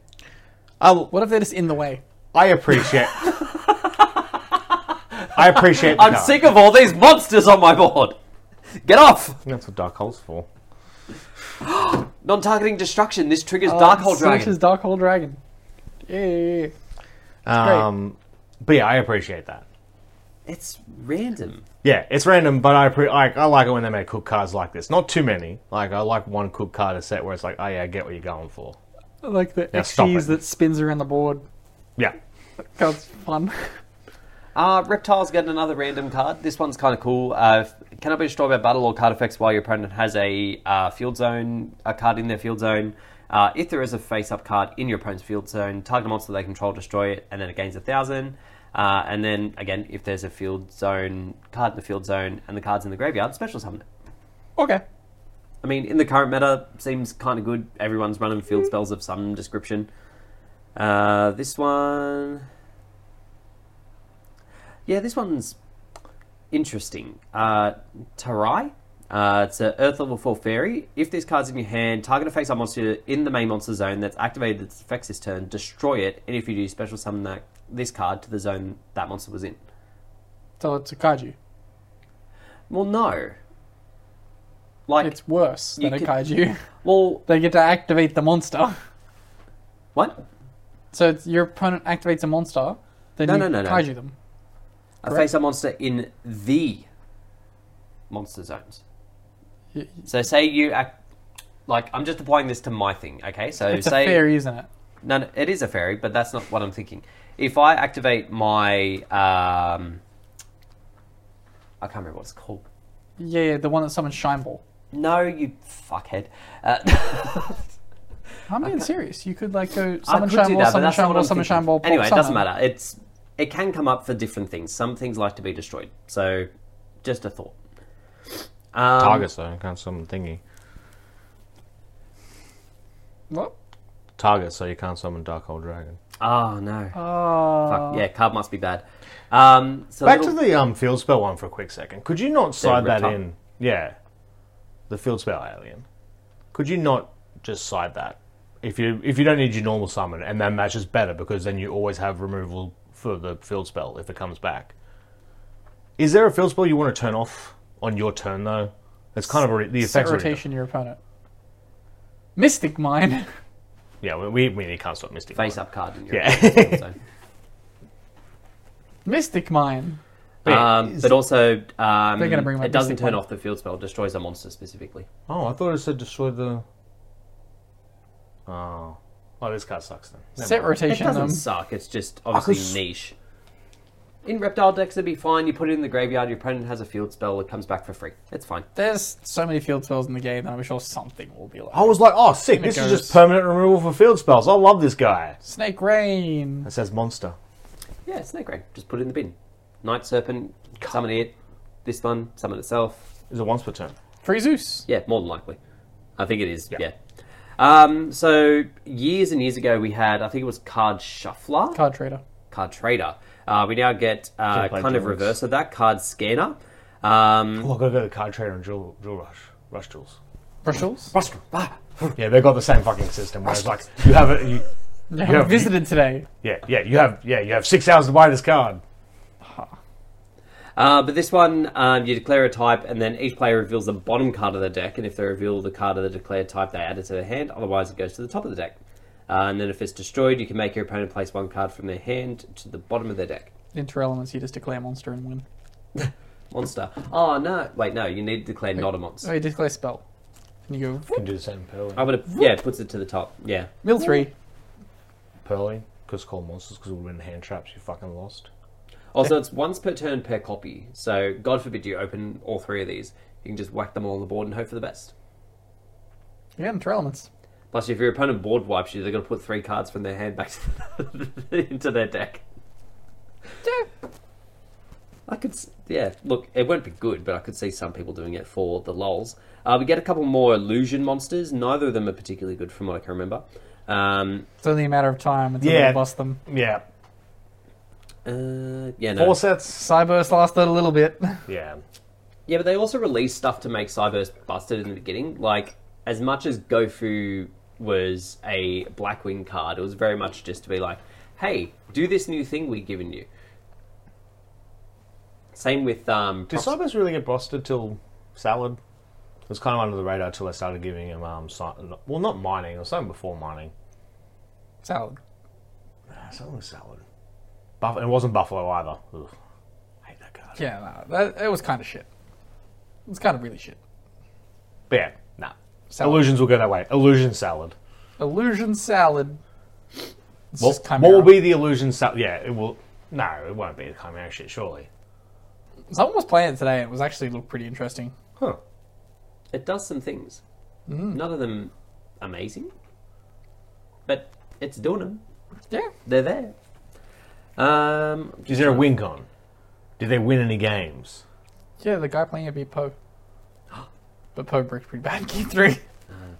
C: I'll, what if they're just in the way?
B: I appreciate. I appreciate.
A: I'm
B: no.
A: sick of all these monsters on my board. Get off!
B: That's what dark holes for.
A: Non-targeting destruction. This triggers
C: Oh, Uh,
A: Darkhold Dragon.
C: Searches Darkhold Dragon. Yeah, yeah, yeah.
B: Um, but yeah, I appreciate that.
A: It's random.
B: Yeah, it's random, but I pre- I, I like it when they make cook cards like this. Not too many. Like I like one cook card a set where it's like, oh yeah, I get what you're going for.
C: I Like the
B: Now stop
C: XGs
B: it.
C: that spins around the board.
B: Yeah,
C: Card's fun.
A: Uh, Reptile's got another random card. This one's kind of cool. Uh, cannot be destroyed by battle or card effects while your opponent has a uh, field zone, a card in their field zone. Uh, if there is a face-up card in your opponent's field zone, target a monster they control, destroy it, and then it gains a thousand. Uh, and then again, if there's a field zone card in the field zone and the card's in the graveyard, special summon it.
C: okay.
A: I mean, in the current meta, seems kind of good. Everyone's running field spells of some description. Uh, this one. Yeah, this one's interesting. Uh, Tarai. Uh, it's an Earth level 4 fairy. If this card's in your hand, target a face up monster in the main monster zone that's activated its effects this turn, destroy it, and if you do, special summon that, this card to the zone that monster was in.
C: So it's a kaiju.
A: Well, no. Like,
C: It's worse
A: You
C: than a
A: could-
C: kaiju.
A: well,
C: they get to activate the monster.
A: what?
C: So it's, your opponent activates a monster, then
A: No,
C: you
A: no, no, no.
C: kaiju them.
A: a
C: Correct.
A: face-up monster in the monster zones.
C: Y-
A: So say you act like I'm just applying this to my thing, okay? So
C: It's
A: say
C: a fairy, isn't it?
A: no, no, it is a fairy, but that's not what I'm thinking. If I activate my um, I can't remember what it's called.
C: Yeah, yeah, the one that summons Shine Ball.
A: No, you fuckhead. Uh,
C: I'm being serious. You could like go
A: I
C: summon
A: could
C: Shine
A: do
C: Ball,
A: that, but
C: summon
A: that's not
C: Shine
A: what
C: Ball,
A: I'm
C: summon
A: thinking.
C: Shine Ball.
A: Anyway, it
C: summon.
A: doesn't matter. It's it can come up for different things. Some things like to be destroyed. So, just a thought. Um,
B: targets though. Can't summon thingy.
C: What?
B: Targets, so you can't summon dark hole dragon.
A: Oh no.
C: Oh,
A: Fuck, yeah, card must be bad. Um, so
B: Back to
A: little-
B: the um field spell one for a quick second. Could you not side that
A: retard-
B: in? Yeah, the field spell alien. Could you not just side that if you if you don't need your normal summon and that matches better because then you always have removal for the field spell if it comes back. Is there a field spell you want to turn off on your turn though? It's kind of a re- the
C: Set
B: effects. Are re-
C: rotation your opponent. Mystic Mine.
B: yeah, we, we, we can't stop Mystic.
A: Face up card. In your
B: Yeah.
A: so.
C: Mystic Mine.
A: um, but also, um,
C: They're gonna bring my
A: it doesn't
C: mystic
A: turn
C: one.
A: off the field spell. Destroys a monster specifically.
B: Oh, I thought it said destroy the. Oh, oh, this card sucks then. Never
C: Set
B: mind.
A: It
C: rotation
A: doesn't
C: them.
A: suck. It's just obviously niche. In reptile decks, it'd be fine. You put it in the graveyard. Your opponent has a field spell. It comes back for free. It's fine.
C: There's so many field spells in the game that I'm sure something will be like.
B: I was like, oh, sick.
C: And it
B: This is
C: goes-
B: just permanent removal for field spells. I love this guy.
C: Snake Rain.
B: It says monster.
A: Yeah, snake rain. Just put it in the bin. Night serpent. Summon it. This one. Summon itself.
B: Is it once per turn?
C: Free Zeus.
A: Yeah, more than likely. I think it is. Yeah. Um, so years and years ago, we had I think it was card shuffler.
C: Card Trader.
A: card trader. Uh, we now get uh,
B: play
A: kind of
B: duels.
A: reverse of that card scanner. Um,
B: Oh, I gotta go to card trader and jewel, jewel rush, rush jewels.
C: Brussels.
A: uh,
B: Yeah, they got the same fucking system. Where it's like you have it. You,
C: Yeah,
B: Yeah.
C: I visited today.
B: yeah, yeah, you have yeah, you have six hours to buy this card.
A: uh, but this one, um, you declare a type, and then each player reveals the bottom card of the deck. And if they reveal the card of the declared type, they add it to their hand. Otherwise, it goes to the top of the deck. Uh, and then if it's destroyed, you can make your opponent place one card from their hand to the bottom of their deck.
C: Inter elements, you just declare monster and win.
A: Monster. Oh no! Wait, no. You need to declare not a monster.
C: So you declare Oh, spell. And you go
B: You can do the same pearling.
A: I would have. Yeah, it puts it to the top. Yeah.
C: mill three.
B: pearling because called monsters because it would have been hand traps. You fucking lost.
A: Also, it's once per turn per copy. So, God forbid you open all three of these. You can just whack them all on the board and hope for the best.
C: Yeah, inter elements.
A: Plus, if your opponent board wipes you, they're going to put three cards from their hand back to- into their deck. I could, s- yeah. Look, it won't be good, but I could see some people doing it for the lols. Uh, we get a couple more illusion monsters. Neither of them are particularly good, from what I can remember. Um,
C: It's only a matter of time until
B: Yeah.
C: they bust them.
B: Yeah,
A: uh, yeah, no.
B: four sets.
C: Cyburst lasted a little bit.
B: Yeah,
A: Yeah, but they also released stuff to make Cyburst busted in the beginning. Like, as much as Gofu was a Blackwing card, it was very much just to be like, hey, do this new thing we've given you. Same with um,
B: did
A: Prox-
B: Cybers really get busted till salad? It was kind of under the radar till I started giving him um, si- well, not mining. It was something before mining.
C: Salad.
B: Ah, Something with salad. Buff- it wasn't buffalo either. Ugh. hate that card.
C: Yeah, no, that, it was kind of shit. It's kind of really shit.
B: But yeah, nah.
C: Salad.
B: Illusions will go that way. Illusion salad.
C: Illusion salad. It's
B: Well,
C: just chimera.
B: what will be the illusion salad? Yeah, it will. No, it won't be the chimera shit. Surely.
C: Someone was playing it today and it was actually looked pretty interesting.
B: Huh.
A: it does some things. None of them amazing, but it's doing them.
C: Yeah.
A: They're there. Um,
B: Is there a win con? Did they win any games?
C: Yeah, the guy playing it beat Poe. But Poe bricked pretty bad in game three.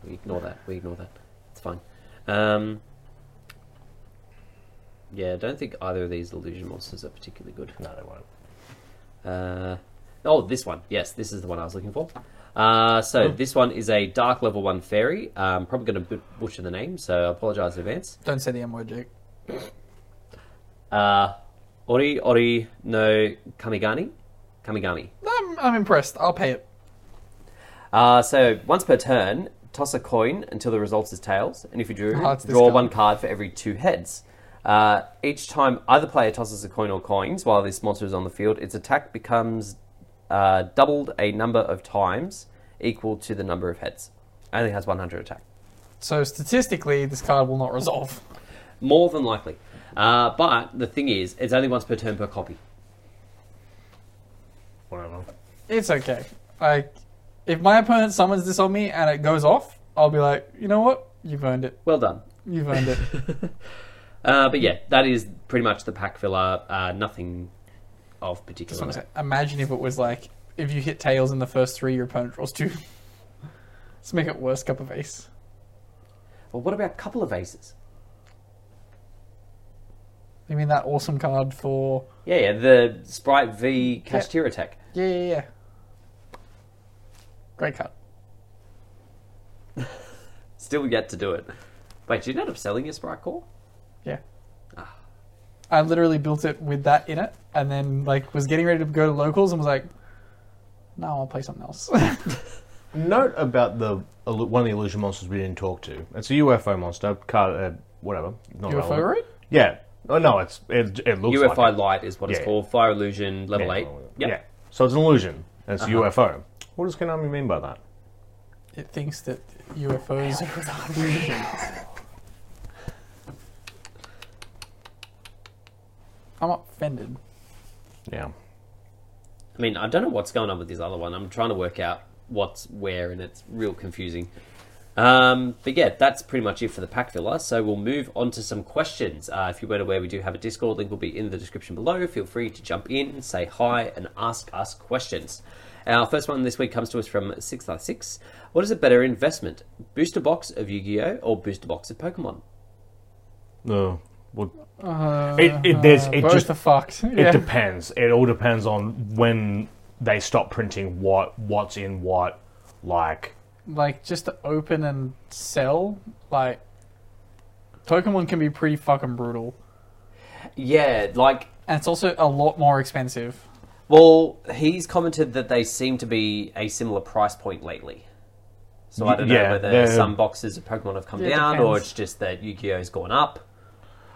A: We ignore that. We ignore that. It's fine. Um, yeah, I don't think either of these illusion monsters are particularly good.
B: No, they won't.
A: Uh, oh, this one. Yes, this is the one I was looking for. Uh, so
B: Oh.
A: this one is a dark level one fairy. I'm probably going to but- butcher the name, so I apologise in advance.
C: Don't say the M word, Jake.
A: Uh, Ori Ori no Kamigani, Kamigami.
C: I'm, I'm impressed. I'll pay it.
A: Uh, so once per turn, toss a coin until the result is tails, and if you drew,
C: Oh, it's this
A: draw
C: guy.
A: one card for every two heads. Uh, each time either player tosses a coin or coins while this monster is on the field, its attack becomes uh, doubled a number of times equal to the number of heads. Only has 100 attack.
C: So statistically, this card will not resolve.
A: More than likely. Uh, but the thing is, it's only once per turn per copy.
B: Whatever.
C: It's okay. Like, if my opponent summons this on me and it goes off, I'll be like, you know what? You've earned it.
A: Well done.
C: You've earned it.
A: Uh, but yeah, that is pretty much the pack filler. Uh, nothing of particular.
C: That's what I'm
A: note.
C: saying. Imagine if it was like if you hit tails in the first three, your opponent draws two. Let's make it worse. Cup of ace.
A: Well, what about a couple of aces?
C: You mean that awesome card for?
A: Yeah, yeah, the Sprite V Cashtier attack.
C: Yeah, yeah, yeah. Great card.
A: Still yet to do it. Wait, did you end up selling your Sprite core?
C: Yeah. I literally built it with that in it, and then like was getting ready to go to locals and was like, No, I'll play something else.
B: Note about the illu- one of the illusion monsters we didn't talk to. It's a UFO monster, car, uh, whatever. Not
C: UFO
B: relevant.
C: right?
B: Yeah. Oh no, it's it, it looks
A: UFI
B: like it.
A: light is what it's
B: Yeah.
A: called. Fire illusion level eight.
B: Yeah.
A: Yep. Uh-huh.
B: So it's an illusion. And it's a UFO. What does Konami mean by that?
C: It thinks that UFOs are I'm offended.
B: Yeah.
A: I mean, I don't know what's going on with this other one. I'm trying to work out what's where, and it's real confusing. Um, but yeah, that's pretty much it for the pack filler. So we'll move on to some questions. Uh, if you weren't aware, we do have a Discord link. Will be in the description below. Feel free to jump in, say hi, and ask us questions. Our first one this week comes to us from Six by Six. What is a better investment, booster box of Yu-Gi-Oh or booster box of Pokemon?
B: No. Well,
E: It, it, there's,
C: Uh,
E: it
C: both
E: just
C: are fucked.
E: It
C: Yeah.
E: depends. It all depends on when they stop printing what, what's in what.
B: like
C: like just to open and sell, like Pokemon can be pretty fucking brutal,
A: Yeah, like
C: and it's also a lot more expensive.
A: Well, he's commented that they seem to be a similar price point lately. So I don't know
B: Yeah,
A: whether
B: they're-
A: some boxes of Pokemon have come
C: Yeah, it
A: down or
C: depends.
A: it's just that Yu-Gi-Oh's gone up.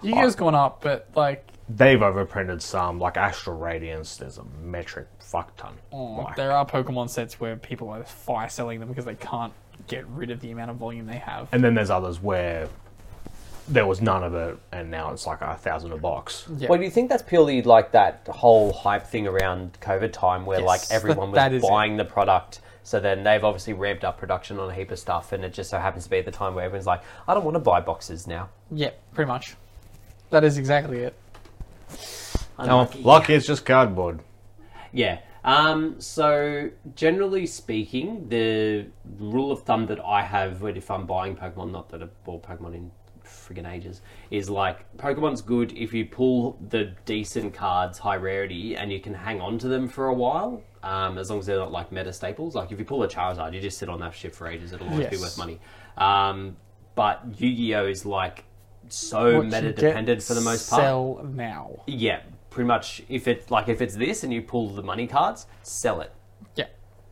C: yu gi gone up, but like
B: they've overprinted some, like Astral Radiance. There's a metric fuck ton. Like,
C: there are Pokemon sets where people are fire selling them because they can't get rid of the amount of volume they have.
B: and then there's others where there was none of it, and now it's like a thousand a box.
C: Yeah.
A: Well, do you think that's purely like that whole hype thing around COVID time where
C: Yes,
A: like
C: that-
A: everyone
C: that
A: was
C: is it.
A: buying the product? So then they've obviously ramped up production on a heap of stuff and it just so happens to be at the time where everyone's like, I don't want to buy boxes now.
C: Yeah, pretty much. That is exactly it.
B: No, lucky it's just cardboard.
A: Yeah. Um, so generally speaking, the rule of thumb that I have when if I'm buying Pokemon, not that I've bought Pokemon in friggin' ages, is like Pokemon's good if you pull the decent cards, high rarity, and you can hang on to them for a while. Um, as long as they're not like meta staples. Like if you pull a Charizard, you just sit on that shit for ages. It'll always be
C: Yes.
A: worth money. Um, but Yu-Gi-Oh is like so
C: What you
A: meta
C: get,
A: dependent for the most part.
C: Sell now.
A: Yeah, pretty much. If it like if it's this and you pull the money cards, sell it.
C: Yeah.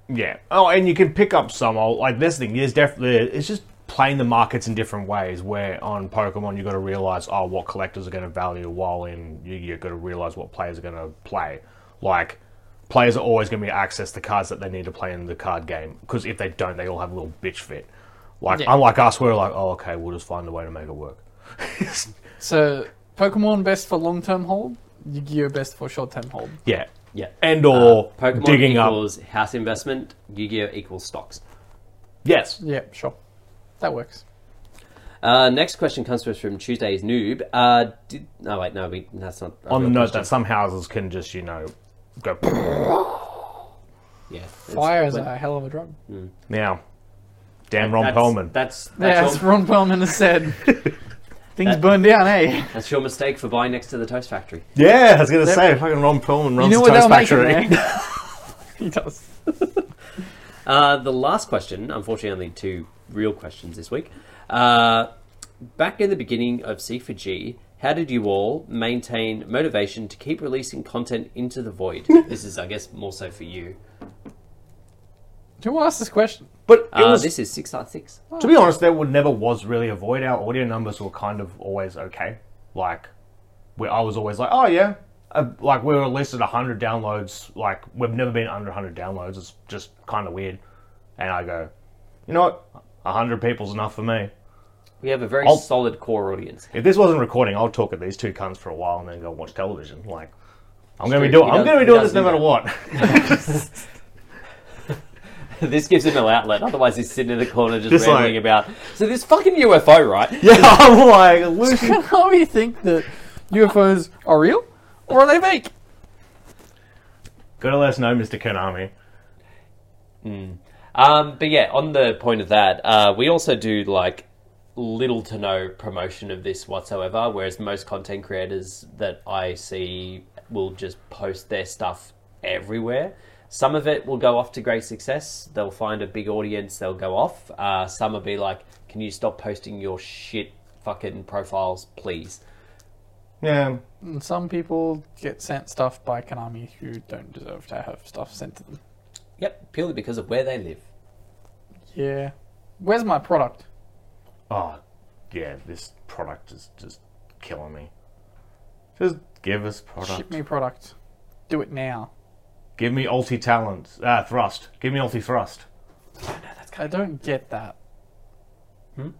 B: Yeah. Oh, and you can pick up some old like this thing. There's definitely it's just playing the markets in different ways. Where on Pokemon you got to realize oh what collectors are going to value, while in Yu Gi Oh got to realize what players are going to play. Like players are always going to be able to access the cards that they need to play in the card game because if they don't, they all have a little bitch fit. Like
C: Yeah.
B: unlike us, we're like oh okay, we'll just find a way to make it work.
C: So Pokemon best for long term hold, Yu Gi Oh best for short term hold.
B: yeah.
A: Yeah.
B: And or
A: Uh, Pokemon
B: digging up.
A: equals house investment. Yu-Gi-Oh equals stocks.
B: Yes.
C: Yeah, sure. That works.
A: Uh, next question comes to us from Tuesday's noob. Uh, did, no, wait, no, we, that's not. a
B: On the
A: real
B: note
A: question.
B: that some houses can just you know go
A: yeah, it's-
C: Fire is
A: but-
C: a hell of a drug.
B: now. Damn Ron
A: that's,
B: Perlman.
A: That's that's,
C: Yeah,
A: your,
C: as Ron Perlman has said. Things burn down, eh?
A: that's your mistake for buying next to the toast factory.
B: Yeah, I was gonna say fucking Ron Perlman runs
C: You know
B: the
C: what
B: Toast
C: they'll make
B: Factory.
C: it, man. He does.
A: Uh, the last question, unfortunately, only two real questions this week. Uh, back in the beginning of C4G, how did you all maintain motivation to keep releasing content into the void? this is, I guess, more so for you.
C: Who asked this question?
B: But it
A: Uh,
B: was,
A: this is six out of six.
B: to be honest, there would never was really a void. Our audio numbers were kind of always okay. Like, we, I was always like, oh yeah, uh, like we were listed hundred downloads. Like we've never been under hundred downloads. It's just kind of weirweird. And I go, you know what, hundred people's enough for me.
A: We have a very
B: I'll-
A: solid core audience.
B: If this wasn't recording, I'll talk at these two cunts for a while and then go watch television. Like, I'm gonna be
A: true.
B: doing.
A: He
B: I'm
A: does-
B: gonna be
A: he
B: doing
A: does
B: this no
A: do
B: matter
A: that.
B: what.
A: this gives him an outlet. Otherwise, he's sitting in the corner just,
B: Just
A: rambling
B: like-
A: about. So this fucking UFO, right?
B: yeah, I'm like losing
C: How do you think that UFOs are real or are they fake?
B: Gotta let us know, Mr. Konami.
A: Um, but yeah, on the point of that, uh, we also do like little to no promotion of this whatsoever. Whereas most content creators that I see will just post their stuff everywhere. Some of it will go off to great success. They'll find a big audience. They'll go off. Uh, some will be like, "Can you stop posting your shit fucking profiles, please?"
B: Yeah.
C: And some people get sent stuff by Konami who don't deserve to have stuff sent to them.
A: Yep, purely because of where they live.
C: Yeah. Where's my product?
B: Oh, yeah, this product is just killing me. Just give us product.
C: Ship me product. Do it now.
B: Give me ulti talent. Ah, thrust. Give me ulti thrust.
C: I don't get that. Hmm?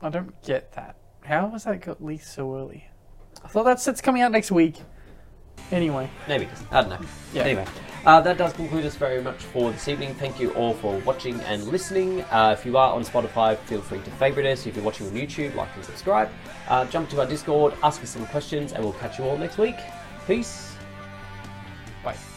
C: I don't get that. How was that got leaked so early? I thought that set's coming out next week. Anyway,
A: Maybe. I don't know.
C: Yeah.
A: Anyway, uh, that does conclude us very much for this evening. Thank you all for watching and listening. Uh, if you are on Spotify, feel free to favorite us. If you're watching on YouTube, like and subscribe. Uh, jump to our Discord, ask us some questions, and we'll catch you all next week. Peace.
C: bye.